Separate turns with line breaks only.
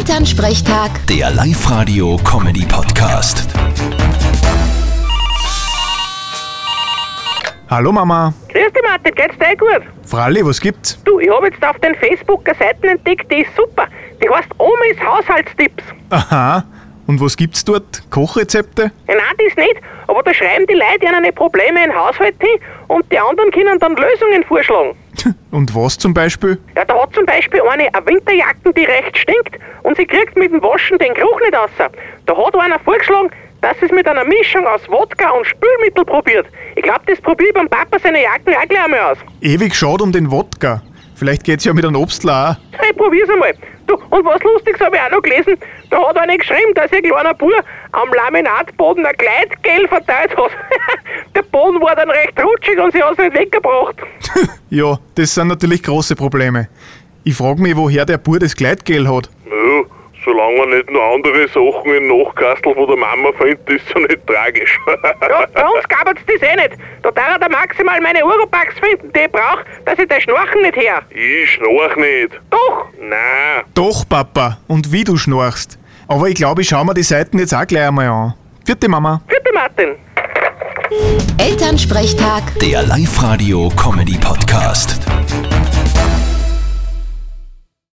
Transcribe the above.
Elternsprechtag,
Der Live-Radio-Comedy-Podcast.
Hallo Mama.
Grüß dich, Martin, geht's dir gut?
Fralli, was gibt's?
Du, ich habe jetzt auf den Facebook eine Seite entdeckt, die ist super. Die heißt Omis Haushaltstipps.
Aha. Und was gibt's dort? Kochrezepte?
Ja, Nein, das nicht, aber da schreiben die Leute ihnen Probleme im Haushalt hin und die anderen können dann Lösungen vorschlagen.
Und was zum Beispiel?
Ja, da hat zum Beispiel eine eine Winterjacken, die recht stinkt und sie kriegt mit dem Waschen den Geruch nicht raus. Da hat einer vorgeschlagen, dass es mit einer Mischung aus Wodka und Spülmittel probiert. Ich glaube, das probiert beim Papa seine Jacken auch gleich einmal aus.
Ewig schade um den Wodka. Vielleicht geht's ja mit einem Obstler auch.
Ich probier's einmal. Du, und was Lustiges habe ich auch noch gelesen. Da hat einer geschrieben, dass ein kleiner Bub am Laminatboden ein Gleitgel verteilt hat. Der Boden war dann recht rutschig und sie hat's nicht weggebracht.
Ja, das sind natürlich große Probleme. Ich frage mich, woher der Bur das Gleitgel hat.
Nö, solange er nicht noch andere Sachen im Nachkastel von der Mama findet, ist ja nicht tragisch.
Ja, bei uns gab's das eh nicht. Da darf er maximal meine Uropax finden, die ich brauch, dass ich den Schnorchen nicht her.
ich schnarch nicht.
Doch!
Nein,
Doch, Papa. Und wie du schnarchst. Aber ich glaube, ich schau mir die Seiten jetzt auch gleich einmal an. Vierte Mama.
Bitte, Martin.
Elternsprechtag.
Der Live-Radio-Comedy-Podcast.